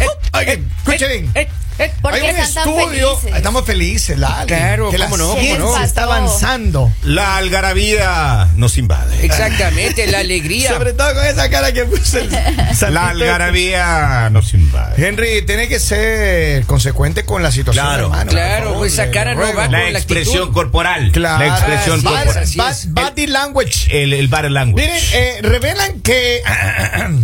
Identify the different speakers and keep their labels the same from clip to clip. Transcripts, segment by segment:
Speaker 1: eh, escuchen.
Speaker 2: eh, eh, ¿por
Speaker 1: Hay
Speaker 2: qué
Speaker 1: un
Speaker 2: están tan
Speaker 1: estudio.
Speaker 2: felices?
Speaker 1: Estamos felices, Lali.
Speaker 3: Claro,
Speaker 1: que la
Speaker 3: cómo no, cómo
Speaker 1: ciencia
Speaker 3: no.
Speaker 1: está
Speaker 2: Pasó.
Speaker 1: avanzando.
Speaker 4: La algarabía nos invade.
Speaker 3: Exactamente, la alegría.
Speaker 1: Sobre todo con esa cara que puso el Santito.
Speaker 4: La algarabía nos invade.
Speaker 1: Henry, tiene que ser consecuente con la situación.
Speaker 4: Claro,
Speaker 1: hermano,
Speaker 3: claro,
Speaker 1: por favor,
Speaker 3: pues, esa
Speaker 1: le
Speaker 3: cara no
Speaker 1: ruego.
Speaker 3: va con
Speaker 4: La
Speaker 3: la actitud.
Speaker 4: expresión corporal.
Speaker 1: Claro.
Speaker 4: La expresión
Speaker 3: Así es,
Speaker 4: corporal.
Speaker 3: así
Speaker 1: Bad-
Speaker 3: es.
Speaker 1: Body language.
Speaker 4: El, el bar language.
Speaker 1: Miren, eh, revelan que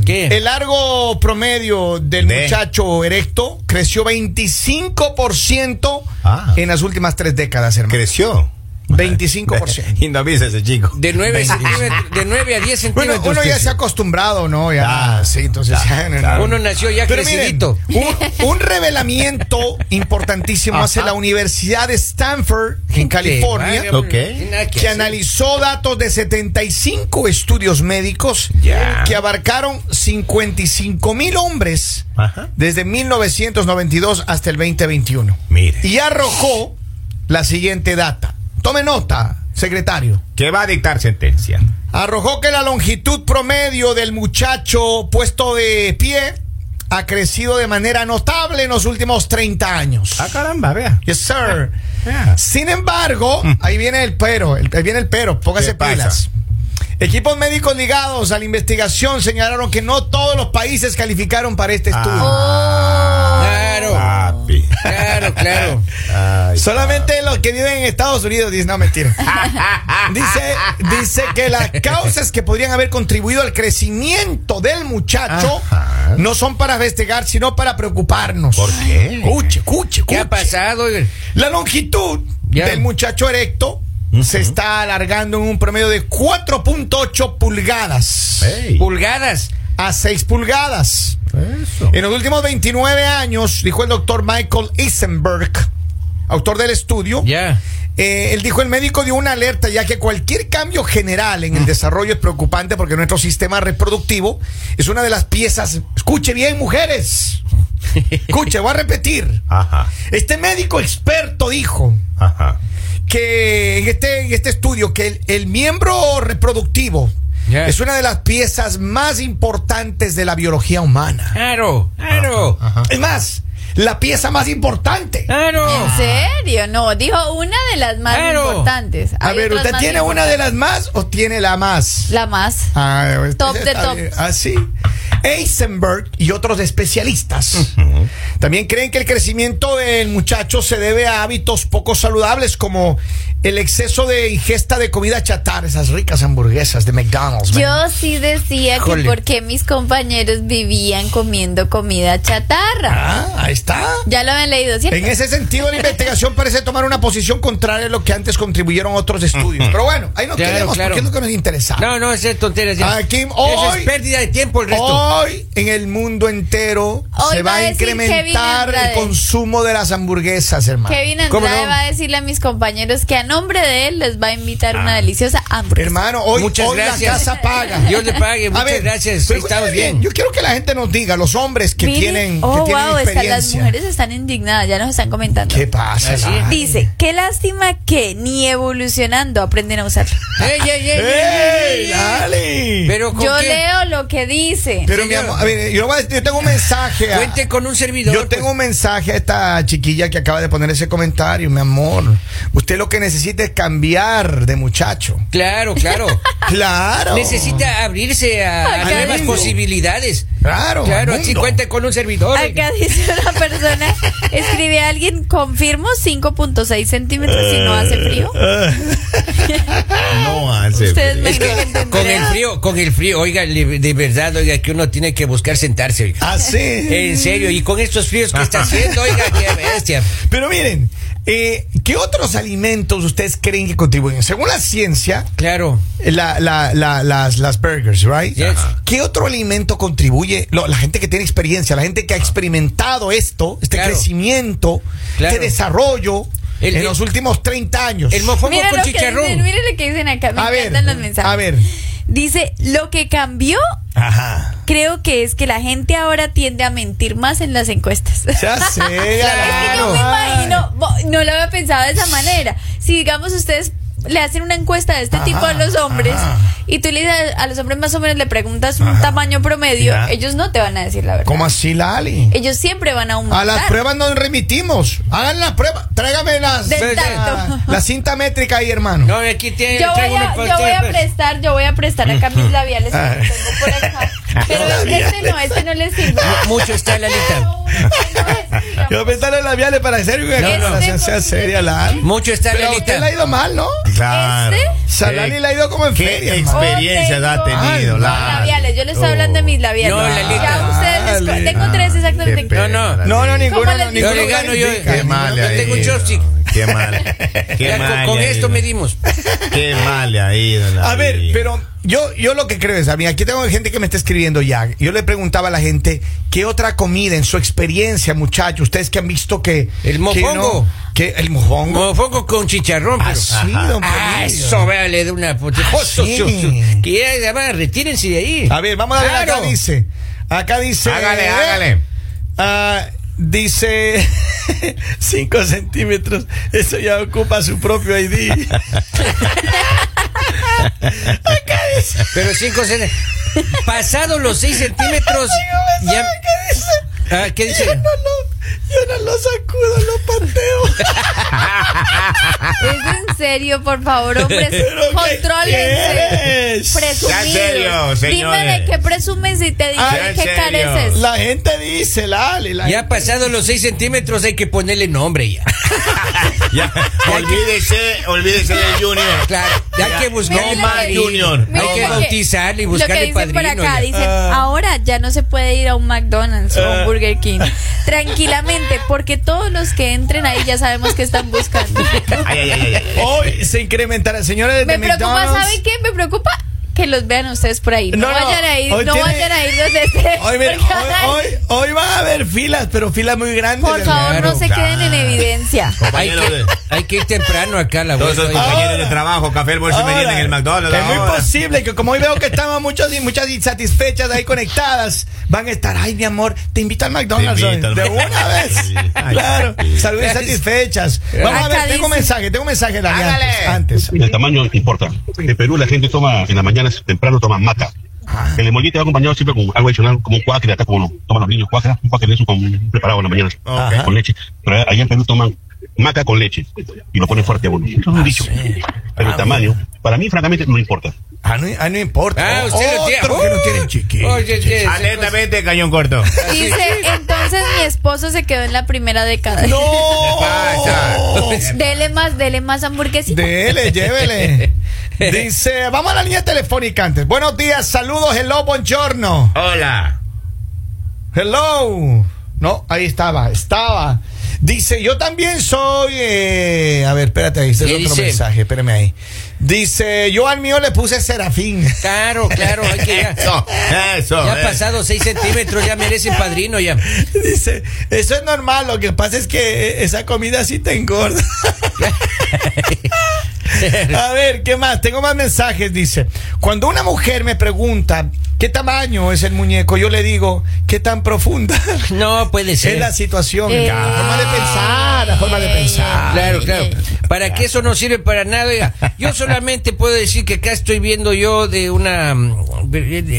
Speaker 3: ¿Qué?
Speaker 1: el largo promedio del
Speaker 4: De-
Speaker 1: muchacho erecto creció 25%
Speaker 4: Ah.
Speaker 1: en las últimas tres décadas, hermano.
Speaker 4: Creció.
Speaker 1: 25%.
Speaker 4: Y no avisa ese chico.
Speaker 3: De 9, de 9 a 10
Speaker 1: Bueno,
Speaker 3: centímetros.
Speaker 1: uno ya se ha acostumbrado, ¿no? Ya,
Speaker 4: Ah,
Speaker 1: sí, entonces ya, no, no.
Speaker 4: claro.
Speaker 3: Uno nació ya
Speaker 1: Pero miren,
Speaker 3: crecidito.
Speaker 1: un, un revelamiento importantísimo hace la Universidad de Stanford en California.
Speaker 4: Ok.
Speaker 1: que analizó datos de 75 estudios médicos
Speaker 4: Ya.
Speaker 1: que abarcaron 55 mil hombres
Speaker 4: Ajá.
Speaker 1: desde 1992 hasta el 2021.
Speaker 4: Mire.
Speaker 1: Y arrojó la siguiente data. Tome nota, secretario.
Speaker 4: Que va a dictar sentencia.
Speaker 1: Arrojó que la longitud promedio del muchacho puesto de pie ha crecido de manera notable en los últimos 30 años.
Speaker 4: Ah, caramba, vea.
Speaker 1: Yes, sir.
Speaker 4: Yeah. Mm.
Speaker 1: Sin embargo, ahí viene el pero, el- ahí viene el pero, póngase
Speaker 4: ¿Qué pasa?
Speaker 1: pilas. Equipos médicos ligados a la investigación señalaron que no todos los países calificaron para este estudio.
Speaker 3: Claro,
Speaker 4: Papi.
Speaker 3: claro, claro.
Speaker 4: Ay,
Speaker 1: Solamente los que viven en Estados Unidos dicen, no, mentira. dice, dice que las causas que podrían haber contribuido al crecimiento del muchacho
Speaker 4: Ajá.
Speaker 1: no son para investigar, sino para preocuparnos.
Speaker 4: ¿Por qué?
Speaker 1: Escuche, escuche,
Speaker 3: ¿Qué ha
Speaker 1: escuche.
Speaker 3: pasado? oigan?
Speaker 1: La longitud
Speaker 3: Ya.
Speaker 1: del muchacho erecto se está alargando en un promedio de 4.8 pulgadas
Speaker 4: Ey,
Speaker 3: Pulgadas.
Speaker 1: a 6 pulgadas.
Speaker 4: Eso.
Speaker 1: En los últimos 29 años, dijo el doctor Michael Isenberg, autor del estudio,
Speaker 3: Ya.
Speaker 1: eh, él dijo, el médico dio una alerta ya que cualquier cambio general en el desarrollo es preocupante porque nuestro sistema reproductivo es una de las piezas, escuche bien mujeres, escuche, voy a repetir,
Speaker 4: Ajá.
Speaker 1: este médico experto dijo,
Speaker 4: Ajá.
Speaker 1: que en este, en este estudio que el, el miembro reproductivo
Speaker 3: Yeah.
Speaker 1: es una de las piezas más importantes de la biología humana.
Speaker 3: Claro, claro.
Speaker 1: Es más, la pieza más importante.
Speaker 3: Eh. Claro.
Speaker 2: ¿En serio? No, dijo una de las más
Speaker 3: Claro.
Speaker 2: importantes.
Speaker 1: A
Speaker 2: Hay
Speaker 1: ver,
Speaker 2: otras
Speaker 1: ¿usted
Speaker 2: más
Speaker 1: tiene una de las más o tiene la más?
Speaker 2: La más.
Speaker 1: Ah, pues,
Speaker 2: Top de
Speaker 1: está
Speaker 2: top.
Speaker 1: bien. Así. Eisenberg y otros especialistas también creen que el crecimiento del muchacho se debe a hábitos poco saludables como el exceso de ingesta de comida chatarra, esas ricas hamburguesas de McDonald's. man.
Speaker 2: Yo sí decía
Speaker 3: Híjole.
Speaker 2: que porque mis compañeros vivían comiendo comida chatarra.
Speaker 1: Ah, ahí está.
Speaker 2: Ya lo habían leído, ¿cierto?
Speaker 1: En ese sentido, la investigación parece tomar una posición contraria a lo que antes contribuyeron otros estudios. Pero bueno, ahí no
Speaker 3: Claro,
Speaker 1: queremos,
Speaker 3: claro.
Speaker 1: porque es lo que nos interesa.
Speaker 3: No, no, esa es tontería. ya.
Speaker 1: Aquí,
Speaker 3: Eso
Speaker 1: hoy-
Speaker 3: es pérdida de tiempo el resto.
Speaker 1: Hoy en el mundo entero
Speaker 2: Hoy
Speaker 1: se
Speaker 2: va
Speaker 1: va
Speaker 2: a
Speaker 1: a
Speaker 2: decir
Speaker 1: incrementar
Speaker 2: Kevin Andrade.
Speaker 1: el consumo de las hamburguesas, hermano.
Speaker 2: Kevin
Speaker 3: ¿Cómo
Speaker 2: Andrade
Speaker 3: no?
Speaker 2: va a decirle a mis compañeros que a nombre de él les va a invitar una deliciosa hamburguesa.
Speaker 1: Ah. Hermano, hoy,
Speaker 3: Muchas
Speaker 1: hoy la
Speaker 3: gracias.
Speaker 1: casa paga.
Speaker 3: Dios le pague.
Speaker 1: A
Speaker 3: Muchas
Speaker 1: ver,
Speaker 3: gracias.
Speaker 1: pero
Speaker 3: Estamos
Speaker 1: escúchame
Speaker 3: bien.
Speaker 1: Yo quiero que la gente nos diga, los hombres que
Speaker 2: Miren,
Speaker 1: tienen, que
Speaker 2: oh,
Speaker 1: tienen
Speaker 2: wow, está- las
Speaker 1: experiencia.
Speaker 2: mujeres están indignadas, ya nos están comentando.
Speaker 1: ¿Qué pasa?
Speaker 3: Así es.
Speaker 1: Lali?
Speaker 2: Dice, qué lástima que ni evolucionando aprenden a usarla.
Speaker 3: Ey, ey, ey, ey, ey,
Speaker 1: ¡Ey,
Speaker 3: ey.
Speaker 1: Lali!
Speaker 3: Pero con
Speaker 2: Yo
Speaker 3: qué?
Speaker 2: leo lo que dice.
Speaker 1: Pero mi
Speaker 3: Señor.
Speaker 1: amor, a ver, yo, voy a- yo tengo un mensaje. a-
Speaker 3: Cuente con un servidor.
Speaker 1: yo tengo un mensaje a esta chiquilla que acaba de poner ese comentario, mi amor. Usted lo que necesita es cambiar de muchacho.
Speaker 3: pues. Claro, claro.
Speaker 1: Claro.
Speaker 3: Necesita abrirse a, a
Speaker 2: Acá
Speaker 3: nuevas
Speaker 1: mismo.
Speaker 3: posibilidades.
Speaker 1: Claro.
Speaker 3: Claro,
Speaker 1: al
Speaker 3: así
Speaker 1: mundo.
Speaker 3: cuente con un servidor.
Speaker 2: Acá dice una persona, escribe a alguien, confirmo 5.6 centímetros si no hace frío.
Speaker 3: Eh,
Speaker 4: No hace.
Speaker 2: Ustedes me
Speaker 4: frío.
Speaker 2: entenderán.
Speaker 3: pues, Con el frío, con el frío, oiga, le- de verdad, oiga, que uno tiene que buscar sentarse, oiga.
Speaker 1: Ah, sí.
Speaker 3: En serio, y con estos fríos que está haciendo, oiga, qué bestia.
Speaker 1: Pero miren, eh, ¿qué otros alimentos ustedes creen que contribuyen? Según la ciencia,
Speaker 3: Claro.
Speaker 1: la- la- la- las, las burgers, ¿right?
Speaker 3: Yes. Ajá.
Speaker 1: ¿Qué otro alimento contribuye? Lo- la gente que tiene experiencia, la gente que ha experimentado esto, este
Speaker 3: Ah. Claro.
Speaker 1: crecimiento,
Speaker 3: Claro.
Speaker 1: este desarrollo
Speaker 3: El-
Speaker 1: en
Speaker 3: el-
Speaker 1: los últimos 30 años.
Speaker 3: El mofongo
Speaker 2: Miren
Speaker 3: con
Speaker 2: lo, que dicen,
Speaker 3: chicharrón.
Speaker 2: miren lo que dicen acá, me
Speaker 1: A ver,
Speaker 2: encantan los mensajes.
Speaker 1: a ver.
Speaker 2: Dice, lo que cambió
Speaker 1: Ajá.
Speaker 2: creo que es que la gente ahora tiende a mentir más en las encuestas.
Speaker 1: Ya sé,
Speaker 2: Es que yo me imagino, bo- no lo había pensado de esa manera. Si digamos ustedes le hacen una encuesta de este
Speaker 1: Ajá,
Speaker 2: tipo a los hombres
Speaker 1: ajá.
Speaker 2: y tú le dices a los hombres más o menos le preguntas un
Speaker 1: Ajá.
Speaker 2: tamaño promedio,
Speaker 1: Ya.
Speaker 2: ellos no te van a decir la verdad.
Speaker 1: ¿Cómo así, Lali?
Speaker 2: Ellos siempre van a aumentar.
Speaker 1: A las pruebas nos remitimos. Hagan la prueba. Tráigame las,
Speaker 2: Del
Speaker 1: la-
Speaker 2: tacto.
Speaker 1: la cinta métrica ahí, hermano.
Speaker 3: No, aquí tiene.
Speaker 2: Yo voy,
Speaker 3: traigo una
Speaker 2: a, yo voy
Speaker 3: postura,
Speaker 2: a
Speaker 3: pues.
Speaker 2: prestar, yo voy a prestar acá mis labiales que
Speaker 1: Ah.
Speaker 2: tengo por acá. Pero
Speaker 1: Labiales.
Speaker 2: este no, este no le sirve. este
Speaker 3: Mu- Mucho está Lalita.
Speaker 1: Yo me sale labiales para hacer una
Speaker 3: No, no.
Speaker 1: conversación sea seria, Lali.
Speaker 3: Mucho está
Speaker 1: Pero a usted le ha
Speaker 3: Lalita.
Speaker 1: ido mal, ¿no?
Speaker 4: Claro.
Speaker 2: ¿Este?
Speaker 1: Salali le ha ido como en feria.
Speaker 4: ¿Qué
Speaker 1: hermano.
Speaker 4: experiencia
Speaker 2: Oh,
Speaker 4: ha
Speaker 2: tengo-
Speaker 4: tenido?
Speaker 1: Ay,
Speaker 4: Lali?
Speaker 2: labiales, yo les estoy hablando de mis labiales.
Speaker 3: No, Lalita.
Speaker 2: Ya ustedes, les
Speaker 1: Dale.
Speaker 2: co- tengo tres exactamente.
Speaker 4: Qué
Speaker 3: No,
Speaker 4: pena,
Speaker 3: no.
Speaker 4: Lali.
Speaker 1: No, no, ninguno.
Speaker 2: les
Speaker 1: no,
Speaker 2: digo?
Speaker 3: Yo
Speaker 1: ninguno
Speaker 3: le gano, yo-
Speaker 1: califica.
Speaker 4: Qué mal le
Speaker 3: Yo
Speaker 4: ha
Speaker 3: tengo un
Speaker 4: ido.
Speaker 3: chopstick.
Speaker 4: Qué mal. Qué
Speaker 3: Ya, con-
Speaker 4: mal.
Speaker 3: con
Speaker 4: le ha
Speaker 3: esto
Speaker 4: ido.
Speaker 3: medimos.
Speaker 4: Qué mal le ha ido. Lali.
Speaker 1: A ver, pero yo, yo lo que creo es, a mí, aquí tengo gente que me está escribiendo ya. Yo le preguntaba a la gente, ¿qué otra comida en su experiencia, muchachos? Ustedes que han visto que...
Speaker 3: El
Speaker 1: que
Speaker 3: mofongo.
Speaker 1: no- Que, el mofongo.
Speaker 3: Mofongo con chicharrón, pero.
Speaker 1: Así, don
Speaker 3: Ah,
Speaker 1: Polillo.
Speaker 3: eso, vea, le da una puta.
Speaker 1: Ah, sí.
Speaker 3: Que ya, ya va, retírense de ahí.
Speaker 1: A ver, vamos a ver
Speaker 3: Claro.
Speaker 1: acá dice. Acá dice. eh,
Speaker 4: Hágale, hágale.
Speaker 1: Ah, dice 5 centímetros. Eso ya ocupa su propio ID. acá dice.
Speaker 3: Pero 5 centímetros. Pasado los 6 centímetros.
Speaker 1: Dígame, ¿sabe
Speaker 3: ya-
Speaker 1: qué dice?
Speaker 3: Ah, ¿Qué dice?
Speaker 1: Yo no, lo, yo no lo sacudo, lo pateo.
Speaker 2: Es en serio, por favor, hombres.
Speaker 1: ¿Pero qué
Speaker 2: Contrólense.
Speaker 1: quieres?
Speaker 2: Presumidos.
Speaker 4: Ya en serio,
Speaker 2: Dime de
Speaker 4: señores.
Speaker 2: qué presumes y te digo
Speaker 1: Ah,
Speaker 2: de
Speaker 4: en
Speaker 2: qué
Speaker 4: serio.
Speaker 2: careces.
Speaker 1: La gente dice, Lali. La
Speaker 3: Ya pasado los 6 centímetros hay que ponerle nombre ya.
Speaker 4: Ya, olvídese, olvídese del Junior.
Speaker 3: Claro, ya hay que buscarle
Speaker 2: Miren
Speaker 4: No
Speaker 2: lo
Speaker 4: más Ah.
Speaker 2: que-
Speaker 3: padrino.
Speaker 4: Junior.
Speaker 2: miren
Speaker 3: Hay
Speaker 2: lo
Speaker 3: que bautizarle y
Speaker 2: Lo que
Speaker 3: buscarle
Speaker 2: dicen por
Speaker 3: padrino.
Speaker 2: acá,
Speaker 3: ya.
Speaker 2: dicen, ahora ya no se puede ir a un McDonald's o
Speaker 4: Ah.
Speaker 2: un Burger King tranquilamente, porque todos los que entren ahí ya sabemos que están buscando.
Speaker 4: Ay, ay, ay, ay, ay.
Speaker 1: Hoy se incrementará, señores de
Speaker 2: Me preocupa,
Speaker 1: McDonald's.
Speaker 2: ¿saben qué? Me preocupa que los vean ustedes por ahí. No,
Speaker 1: No, no,
Speaker 2: vayan a ir,
Speaker 1: hoy
Speaker 2: no
Speaker 1: tiene-
Speaker 2: vayan a ir donde estén.
Speaker 1: Hoy, mira,
Speaker 2: porque van a-
Speaker 1: hoy, hoy, hoy va a haber filas, pero filas muy grandes.
Speaker 2: Por favor, no
Speaker 3: Claro,
Speaker 2: se queden en evidencia.
Speaker 3: Hay
Speaker 4: Compañeros
Speaker 3: que,
Speaker 4: de.
Speaker 3: hay que ir temprano acá a la
Speaker 4: Todos esos
Speaker 3: vuelta. oiga.
Speaker 4: compañeros de trabajo, café, el bolso y
Speaker 1: Ahora,
Speaker 4: merienda en el McDonald's.
Speaker 1: que es muy
Speaker 4: ahora.
Speaker 1: posible que como hoy veo que estaban muchos y muchas insatisfechas ahí conectadas, van a estar, ay mi amor, te invito al McDonald's
Speaker 4: Te
Speaker 1: hoy".
Speaker 4: invito al
Speaker 1: de
Speaker 4: McDonald's.
Speaker 1: una vez.
Speaker 4: Sí. Ay, Ah,
Speaker 1: claro,
Speaker 4: sí.
Speaker 1: saludos insatisfechas. Vamos a
Speaker 2: Acá
Speaker 1: ver, tengo un
Speaker 2: dice-
Speaker 1: mensaje, tengo un mensaje Dani,
Speaker 4: Hágale.
Speaker 1: antes, antes.
Speaker 5: El tamaño importa. En Perú la gente toma, en las mañanas temprano toma maca. El emolite va acompañado siempre con algo adicional, como un cuacre, acá como lo toman los niños cuacra, un cuacre de eso con, preparado en la mañana
Speaker 1: Ajá.
Speaker 5: con leche. Pero allá en Perú toman maca con leche y lo ponen fuerte a uno. Eso es un dicho. Pero el tamaño, para mí francamente no importa.
Speaker 1: Ah, no, ah, no importa.
Speaker 3: Ah, usted lo tiene.
Speaker 1: Otro que no
Speaker 3: Uh,
Speaker 1: tienen chiquito.
Speaker 3: oye, oye,
Speaker 4: Atentamente, cañón corto.
Speaker 2: Dice, entonces mi esposo se quedó en la primera década.
Speaker 1: No.
Speaker 2: Dele más, dele más hamburguesita.
Speaker 1: Dele, llévele. Dice, vamos a la línea telefónica antes. Buenos días, saludos, hello, buongiorno.
Speaker 4: Hola.
Speaker 1: Hello. No, ahí estaba, estaba. Dice, yo también soy. eh, a ver, espérate, ahí está el
Speaker 3: ¿Qué
Speaker 1: otro
Speaker 3: dice?
Speaker 1: mensaje, espérame ahí. Dice, yo al mío le puse serafín.
Speaker 3: Claro, claro, hay que ya.
Speaker 4: Eso, eso.
Speaker 3: Ya
Speaker 4: eh.
Speaker 3: ha pasado 6 centímetros, ya merecen padrino ya.
Speaker 1: Dice, eso es normal, lo que pasa es que eh, esa comida sí te engorda. A ver, ¿qué más? Tengo más mensajes, dice. Cuando una mujer me pregunta qué tamaño es el muñeco, yo le digo, ¿qué tan profunda?
Speaker 3: No puede
Speaker 1: Es
Speaker 3: ser.
Speaker 1: la situación.
Speaker 2: Eh.
Speaker 1: La forma de pensar, la forma de
Speaker 3: eh,
Speaker 1: pensar.
Speaker 3: Claro, claro. Para que eso no sirve para nada. oiga. yo solamente puedo decir que acá estoy viendo yo de una. mm,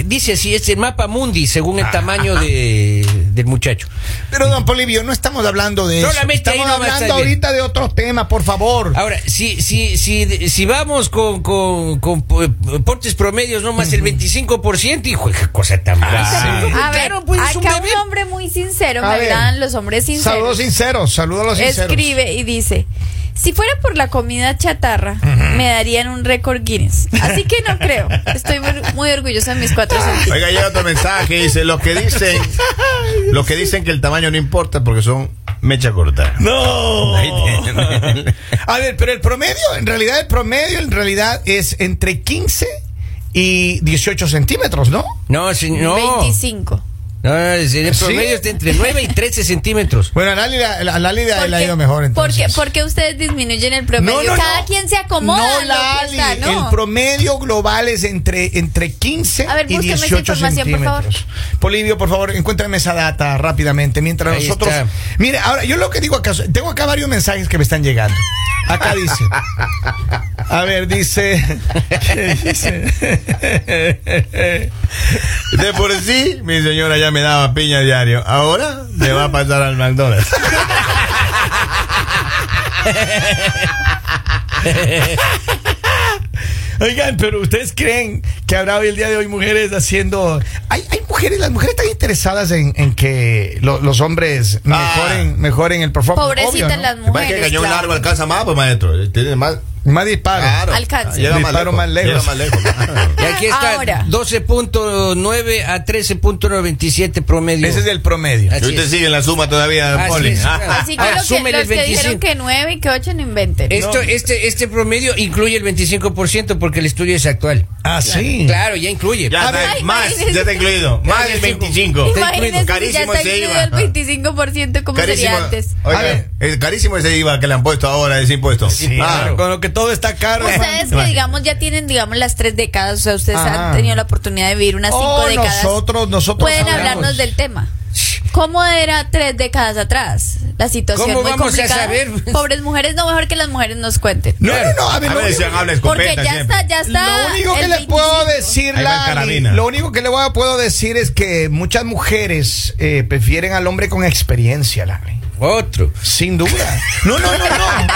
Speaker 3: Dice así, es el mapa mundi según el tamaño de, del muchacho.
Speaker 1: Pero don Polivio, no estamos hablando de eso.
Speaker 3: Solamente ahí
Speaker 1: estamos
Speaker 3: nomás
Speaker 1: hablando
Speaker 3: está bien.
Speaker 1: ahorita de otro tema, por favor.
Speaker 3: Ahora, si, si, si, si vamos con, con, con po- portes promedios, no más el 25%, hijo, qué cosa tan mala.
Speaker 4: sí.
Speaker 2: A ver,
Speaker 3: Claro, pues, es un
Speaker 2: acá
Speaker 3: bebé.
Speaker 2: un hombre muy sincero,
Speaker 1: A
Speaker 2: me
Speaker 1: ver.
Speaker 2: agradan los hombres sinceros.
Speaker 1: saludos sinceros, saludos a los sinceros.
Speaker 2: Escribe y dice, si fuera por la comida chatarra, me darían un récord Guinness. Así que no creo. Estoy muy, muy orgullosa de mis cuatro centímetros.
Speaker 4: Oiga, llega otro mensaje. Dice: Los que dicen los que dicen que el tamaño no importa porque son mecha corta.
Speaker 1: No.
Speaker 4: Ahí tienen.
Speaker 1: A ver, pero el promedio, en realidad el promedio en realidad es entre 15 y 18 centímetros, ¿no?
Speaker 3: No, si, no.
Speaker 2: 25.
Speaker 3: No, no, el el
Speaker 1: ¿Sí?
Speaker 3: promedio está entre 9 y 13 centímetros.
Speaker 1: Bueno, a Lali, la- la- a Lali la- le ha ido mejor entonces.
Speaker 2: Porque, porque ustedes disminuyen el promedio. Cada quien se acomoda.
Speaker 1: No,
Speaker 2: en lo que
Speaker 1: Lali,
Speaker 2: está, ¿no?
Speaker 1: El promedio global es entre, entre 15
Speaker 2: A ver,
Speaker 1: y
Speaker 2: búsqueme esa
Speaker 1: 18
Speaker 2: información, por favor.
Speaker 1: centímetros. Polivio, por favor, encuéntrame esa data rápidamente. Mientras
Speaker 3: Ahí
Speaker 1: nosotros.
Speaker 3: está.
Speaker 1: Mire, ahora, yo lo que digo acá, tengo acá varios mensajes que me están llegando. Acá dice. A ver, dice. ¿qué dice?
Speaker 4: De por sí, mi señora ya me daba piña
Speaker 1: este
Speaker 4: diario. Ahora le va a pasar al McDonald's.
Speaker 1: Oigan, pero ¿ustedes creen que habrá hoy el día de hoy mujeres haciendo... Hay, hay mujeres, las mujeres están interesadas en, en que lo- los hombres
Speaker 4: Ah.
Speaker 1: mejoren, mejoren el performance.
Speaker 2: Pobrecitas
Speaker 1: obvio, ¿no?
Speaker 2: las
Speaker 4: Más que el
Speaker 2: mujeres.
Speaker 4: cañón
Speaker 2: claro.
Speaker 4: largo alcanza más, pues maestro. Tiene más.
Speaker 1: Más disparos.
Speaker 4: Claro.
Speaker 2: Alcanza.
Speaker 4: Llega más
Speaker 1: Disparo
Speaker 4: lejos.
Speaker 1: más lejos.
Speaker 4: Llega más lejos. claro.
Speaker 3: Y aquí está
Speaker 2: Ahora.
Speaker 3: 12.9 a 13.97 promedio.
Speaker 1: Ese es el promedio.
Speaker 3: Así
Speaker 4: Y usted
Speaker 3: es.
Speaker 4: sigue en la suma todavía,
Speaker 3: Así
Speaker 4: Poli.
Speaker 3: es.
Speaker 4: Ah,
Speaker 2: Así que,
Speaker 3: Ahora,
Speaker 2: los que
Speaker 3: súmele el
Speaker 2: los que
Speaker 3: 25.
Speaker 2: dijeron que 9 y que 8 no inventen.
Speaker 3: Esto, este, este promedio incluye el 25% porque el estudio es actual.
Speaker 1: Ah, sí.
Speaker 3: Claro, ya incluye.
Speaker 4: Ya está,
Speaker 2: Ay,
Speaker 4: más, ya está
Speaker 2: imagínese.
Speaker 4: incluido. Más del 25.
Speaker 2: Imagínense si ya
Speaker 4: Carísimo
Speaker 2: está
Speaker 4: ese
Speaker 2: incluido
Speaker 4: IVA.
Speaker 2: el 25% como sería antes.
Speaker 4: Oiga,
Speaker 1: A ver.
Speaker 4: es carísimo ese IVA que le han puesto ahora, ese impuesto.
Speaker 1: Sí,
Speaker 4: Ah,
Speaker 1: claro. Con lo que todo está caro.
Speaker 2: Ustedes que digamos ya tienen digamos las tres décadas, o sea, ustedes
Speaker 1: Ah.
Speaker 2: han tenido la oportunidad de vivir unas cinco
Speaker 1: Oh,
Speaker 2: décadas.
Speaker 1: nosotros, nosotros
Speaker 2: Pueden
Speaker 1: hablamos.
Speaker 2: hablarnos del tema. ¿Cómo era tres décadas atrás? La situación
Speaker 3: ¿Cómo
Speaker 2: muy
Speaker 3: vamos a
Speaker 2: complicada.
Speaker 3: saber?
Speaker 2: Pobres mujeres, no mejor que las mujeres nos cuenten.
Speaker 1: No, no, no. A ver,
Speaker 4: Ah, A
Speaker 1: lo
Speaker 4: ver,
Speaker 1: único-
Speaker 4: si habla
Speaker 2: Porque
Speaker 4: escopeta
Speaker 2: ya
Speaker 4: siempre.
Speaker 2: está, ya está.
Speaker 1: Lo único que
Speaker 2: el
Speaker 1: le puedo
Speaker 2: 25.
Speaker 1: decir,
Speaker 4: Ahí va el
Speaker 1: Lali,
Speaker 4: carabina.
Speaker 1: lo único que le voy a- puedo decir es que muchas mujeres eh, prefieren al hombre con experiencia, Lali.
Speaker 3: Otro.
Speaker 1: Sin duda. No, no, no, no.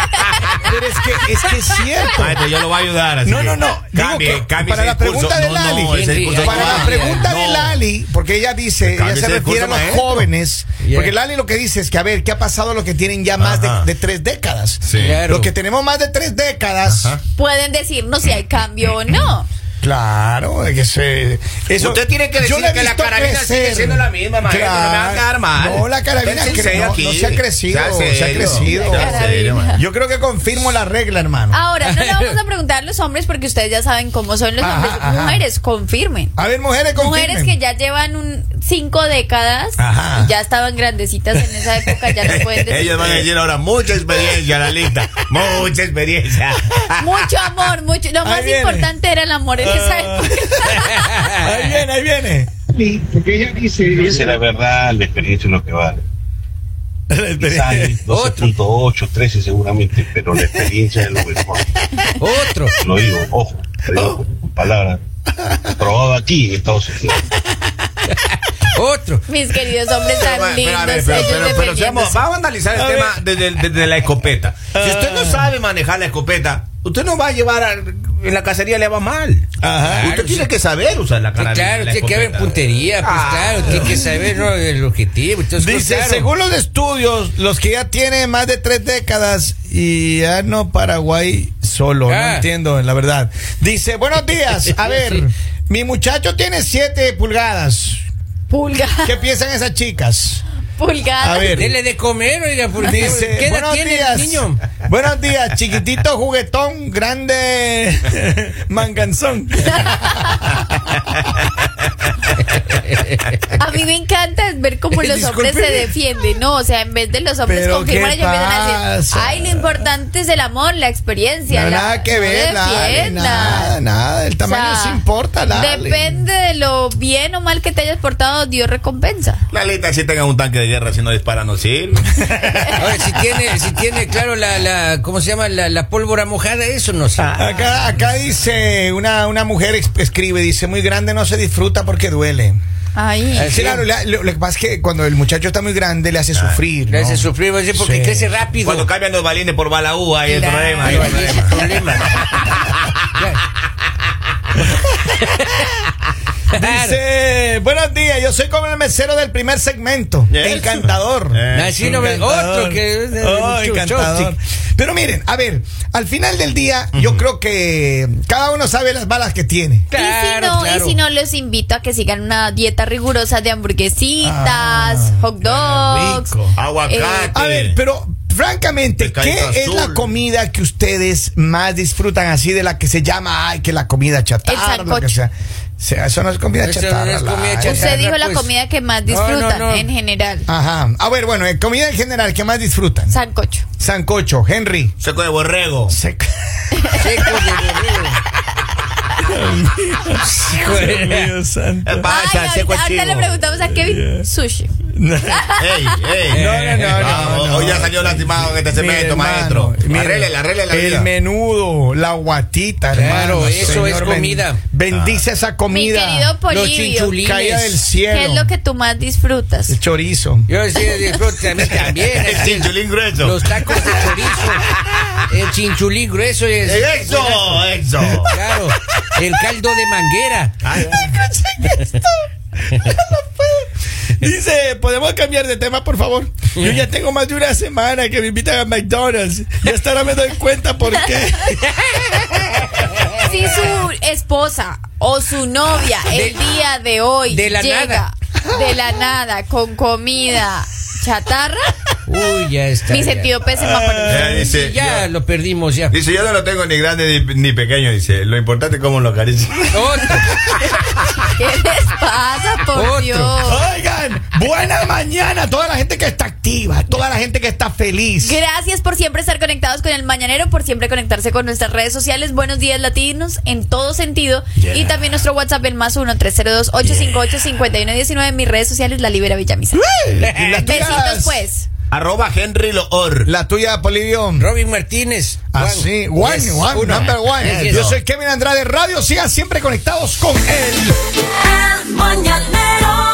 Speaker 1: Pero es que es, que es cierto.
Speaker 4: Maestro, yo lo voy a ayudar. así
Speaker 1: No,
Speaker 4: que
Speaker 1: no, no. Digo
Speaker 4: pues, Cambie,
Speaker 1: que
Speaker 4: cambie
Speaker 1: para
Speaker 4: ese
Speaker 1: la pregunta
Speaker 4: discurso.
Speaker 1: de
Speaker 4: No,
Speaker 1: Lali.
Speaker 4: no, ese discurso
Speaker 3: Para
Speaker 4: que
Speaker 3: Ah,
Speaker 1: Para la
Speaker 4: va.
Speaker 1: pregunta de
Speaker 4: No. Pues
Speaker 1: Lali, porque ella dice, ella
Speaker 4: Cambie
Speaker 1: se
Speaker 4: ese
Speaker 1: refiere a los
Speaker 4: discurso, maestro.
Speaker 1: jóvenes,
Speaker 3: Yeah.
Speaker 1: porque Lali lo que dice es que, a ver, ¿qué ha pasado a los que tienen ya más de,
Speaker 4: Ajá.
Speaker 1: de tres décadas?
Speaker 4: Sí.
Speaker 3: Claro.
Speaker 1: Los que tenemos más de tres décadas,
Speaker 4: Ajá.
Speaker 2: Pueden decirnos si hay cambio o no.
Speaker 1: claro, es que se- eso-
Speaker 4: Usted tiene que
Speaker 1: yo
Speaker 4: decir
Speaker 1: he
Speaker 4: que la
Speaker 1: visto
Speaker 4: carabina sigue
Speaker 1: crecer.
Speaker 4: siendo la misma, maestro, no me va a quedar mal.
Speaker 1: No, la carabina
Speaker 4: Usted es
Speaker 1: cre-
Speaker 4: sincero
Speaker 1: no,
Speaker 4: aquí.
Speaker 1: no se ha crecido,
Speaker 4: Sea
Speaker 1: se ha
Speaker 4: serio.
Speaker 1: crecido.
Speaker 4: Sea serio, man.
Speaker 1: Yo creo que confirmo la regla, hermano.
Speaker 2: Ahora, no le vamos a preguntar a los hombres porque ustedes ya saben cómo son los
Speaker 1: Ajá,
Speaker 2: hombres.
Speaker 1: ajá.
Speaker 2: Mujeres, confirmen.
Speaker 1: A ver, mujeres, ah, confirmen.
Speaker 2: Mujeres que ya llevan un cinco décadas
Speaker 1: Ajá.
Speaker 2: y ya estaban grandecitas en esa época, ya no pueden decir.
Speaker 4: Ellos van a decir ahora mucha experiencia, la lista. Mucha experiencia.
Speaker 2: Mucho amor, mucho. Lo
Speaker 1: "Ah, Ahí
Speaker 2: más
Speaker 1: viene. Ah.
Speaker 2: importante era el amor en esa época.
Speaker 1: Ahí viene, ahí viene.
Speaker 5: Dice la verdad, la experiencia es lo que vale. Quizás hay 12.8, 13 seguramente, pero la experiencia es lo mejor.
Speaker 3: Otro.
Speaker 5: Lo digo, ojo, lo digo con palabras. Probado aquí en Estados Unidos.
Speaker 3: Otro.
Speaker 2: Mis queridos hombres
Speaker 4: Pero,
Speaker 2: tan
Speaker 4: pero,
Speaker 2: lindos,
Speaker 4: a ver, pero,
Speaker 2: ellos
Speaker 4: pero, pero, seamos-
Speaker 2: defendiéndose.
Speaker 4: vamos a Ah. analizar el
Speaker 1: A
Speaker 4: tema
Speaker 1: ver.
Speaker 4: desde desde la escopeta. Si usted no sabe manejar la escopeta, usted no va a llevar a- en la cacería le va mal.
Speaker 1: Ajá.
Speaker 4: usted tiene que saber usar la
Speaker 3: Sí,
Speaker 4: carabina.
Speaker 3: claro,
Speaker 4: la
Speaker 3: tiene que haber
Speaker 4: escopeta.
Speaker 3: puntería, pues
Speaker 4: Ah.
Speaker 3: claro, tiene que saber ¿no? el objetivo. Entonces, pues,
Speaker 1: Dice,
Speaker 3: claro.
Speaker 1: según los estudios, los que ya tienen más de tres décadas y ya no Paraguay solo, no
Speaker 3: Ah.
Speaker 1: entiendo, la verdad. Dice, buenos días, a ver, mi muchacho tiene siete pulgadas.
Speaker 2: Pulga,
Speaker 1: ¿Qué piensan esas chicas?
Speaker 2: pulgada.
Speaker 1: A ver.
Speaker 3: Dele de comer, oiga, porque
Speaker 1: Dice,
Speaker 3: ¿qué edad
Speaker 1: buenos
Speaker 3: tiene
Speaker 1: días.
Speaker 3: el niño?
Speaker 1: Buenos días, chiquitito juguetón, grande manganzón.
Speaker 2: A mí me encanta ver cómo los hombres se
Speaker 1: Disculpe.
Speaker 2: defienden, ¿no? O sea, en vez de los hombres
Speaker 1: Pero,
Speaker 2: confirman,
Speaker 1: ¿qué
Speaker 2: ellos empiezan a decir,
Speaker 1: pasa?
Speaker 2: ay, lo importante es el amor, la experiencia.
Speaker 1: No,
Speaker 2: la-
Speaker 1: nada que
Speaker 2: no
Speaker 1: ver, nada,
Speaker 2: defiendan.
Speaker 1: nada, nada, el tamaño
Speaker 2: O sea,
Speaker 1: sí importa, nada.
Speaker 2: Depende de lo bien o mal que te hayas portado, Dios recompensa.
Speaker 4: La lista si tenga un tanque de guerra, si no dispara no sirve.
Speaker 3: Ahora, si tiene, si tiene, claro, la, la ¿cómo se llama? La, la pólvora mojada, eso no sé.
Speaker 1: Acá, acá dice, una, una mujer ex- escribe, dice, muy grande no se disfruta porque duele.
Speaker 2: Ay.
Speaker 3: Ay,
Speaker 1: Sí, claro, la- lo, lo que pasa es que cuando el muchacho está muy grande le hace sufrir.
Speaker 3: Ah, Le
Speaker 1: ¿no?
Speaker 3: hace sufrir, va a decir, porque
Speaker 1: Sí.
Speaker 3: crece rápido.
Speaker 4: Cuando cambian los balines por bala U, ahí el
Speaker 3: Claro,
Speaker 4: problema. ahí el
Speaker 3: ahí es
Speaker 4: problema.
Speaker 3: el problema. Claro.
Speaker 1: Dice, buenos días, yo soy como el mesero del primer segmento.
Speaker 4: Eso.
Speaker 1: Encantador.
Speaker 4: Eh,
Speaker 3: Así no me-
Speaker 1: Encantador.
Speaker 3: otro que-
Speaker 1: Oh,
Speaker 3: un
Speaker 1: encantador. Pero miren, a ver, al final del día yo creo que cada uno sabe las balas que tiene.
Speaker 3: Claro,
Speaker 2: y si no,
Speaker 3: claro.
Speaker 2: y si no, los invito a que sigan una dieta rigurosa de hamburguesitas,
Speaker 1: Ah,
Speaker 2: hot dogs.
Speaker 1: rico.
Speaker 4: Aguacate.
Speaker 2: Eh,
Speaker 1: A ver, pero francamente, ¿qué
Speaker 4: Pescadito
Speaker 1: es
Speaker 4: azul.
Speaker 1: la comida que ustedes más disfrutan así de la que se llama, ay, que la comida chatarra, lo
Speaker 2: El
Speaker 1: que
Speaker 2: sancocho.
Speaker 1: sea? Sí, Eso no es comida
Speaker 3: Eso no
Speaker 1: chatarra.
Speaker 3: es comida
Speaker 1: la-
Speaker 3: chatarra.
Speaker 2: Usted dijo la
Speaker 3: pues.
Speaker 2: comida que más
Speaker 3: No, no,
Speaker 2: disfrutan
Speaker 3: no.
Speaker 2: en general.
Speaker 1: Ajá. A ver, bueno, eh, comida en general, ¿qué más disfrutan?
Speaker 2: Sancocho.
Speaker 1: Sancocho, Henry.
Speaker 4: Seco de borrego.
Speaker 1: Sec-
Speaker 3: Seco de borrego.
Speaker 1: Dios mío, santo.
Speaker 4: ¿Qué
Speaker 2: Ay,
Speaker 4: pasa?
Speaker 2: ahorita,
Speaker 4: Seco de
Speaker 2: ahorita le
Speaker 4: chivo.
Speaker 2: preguntamos a Kevin. Sushi.
Speaker 4: Ey, ey.
Speaker 1: No, no, no,
Speaker 4: Ah,
Speaker 1: no,
Speaker 4: hoy-
Speaker 1: no.
Speaker 4: Hoy ya salió lastimado que este
Speaker 1: Mi
Speaker 4: cemento,
Speaker 1: hermano,
Speaker 4: maestro.
Speaker 1: mire,
Speaker 4: Arréglele, arréglele la
Speaker 1: El
Speaker 4: vida.
Speaker 1: menudo, la guatita,
Speaker 3: Claro,
Speaker 1: hermano.
Speaker 3: eso
Speaker 1: Señor,
Speaker 3: es
Speaker 1: ben-
Speaker 3: comida.
Speaker 1: Bendice esa
Speaker 2: Mi
Speaker 1: comida.
Speaker 2: querido
Speaker 3: Los
Speaker 2: Polivio.
Speaker 3: chinchulines.
Speaker 1: Caída del
Speaker 2: ¿Qué es
Speaker 1: cielo.
Speaker 2: lo que tú más disfrutas?
Speaker 1: El chorizo.
Speaker 3: Yo sí disfruto, a mí también.
Speaker 4: El
Speaker 3: así,
Speaker 4: chinchulín grueso.
Speaker 3: Los tacos de chorizo. El chinchulín grueso y el-
Speaker 4: Eh, Eso, eso.
Speaker 3: Claro. El caldo de manguera.
Speaker 4: Ay,
Speaker 1: Escuchen esto. Ya no puedo. Dice, ¿podemos cambiar de tema, por favor? Yo ya tengo más de una semana que me invitan a McDonald's. Y hasta ahora me doy cuenta por qué.
Speaker 2: Si su esposa o su novia el
Speaker 3: Ah, De-
Speaker 2: día de hoy
Speaker 3: de la
Speaker 2: llega de la nada con comida chatarra,
Speaker 3: Uy, ya está.
Speaker 2: mi
Speaker 3: ya.
Speaker 2: sentido pésimo aparece.
Speaker 4: Eh, dice,
Speaker 3: Ya
Speaker 4: yo,
Speaker 3: lo perdimos, ya.
Speaker 4: dice, yo no lo tengo ni grande ni, ni pequeño, dice. Lo importante es cómo lo acaricia.
Speaker 3: Otro.
Speaker 2: ¿Qué les pasa, por
Speaker 3: Ah. Otro.
Speaker 2: Dios?
Speaker 1: Oigan, buena mañana a toda la gente que está activa, toda la gente que está feliz.
Speaker 2: Gracias por siempre estar conectados con el Mañanero, por siempre conectarse con nuestras redes sociales. Buenos días, latinos, en todo sentido. Y también nuestro WhatsApp, el más 1-302-858-5119. Mis redes sociales, La Libera Villamisa.
Speaker 1: Las
Speaker 2: Besitos, pues.
Speaker 4: Arroba Henry Loor.
Speaker 1: La tuya, Polivio.
Speaker 3: Robin Martínez.
Speaker 1: Así, one,
Speaker 3: Yes,
Speaker 1: one,
Speaker 3: uno.
Speaker 1: number one.
Speaker 3: Yes, yes.
Speaker 1: Yo soy Kevin Andrade Radio. Sigan siempre conectados con él.
Speaker 6: El mañanero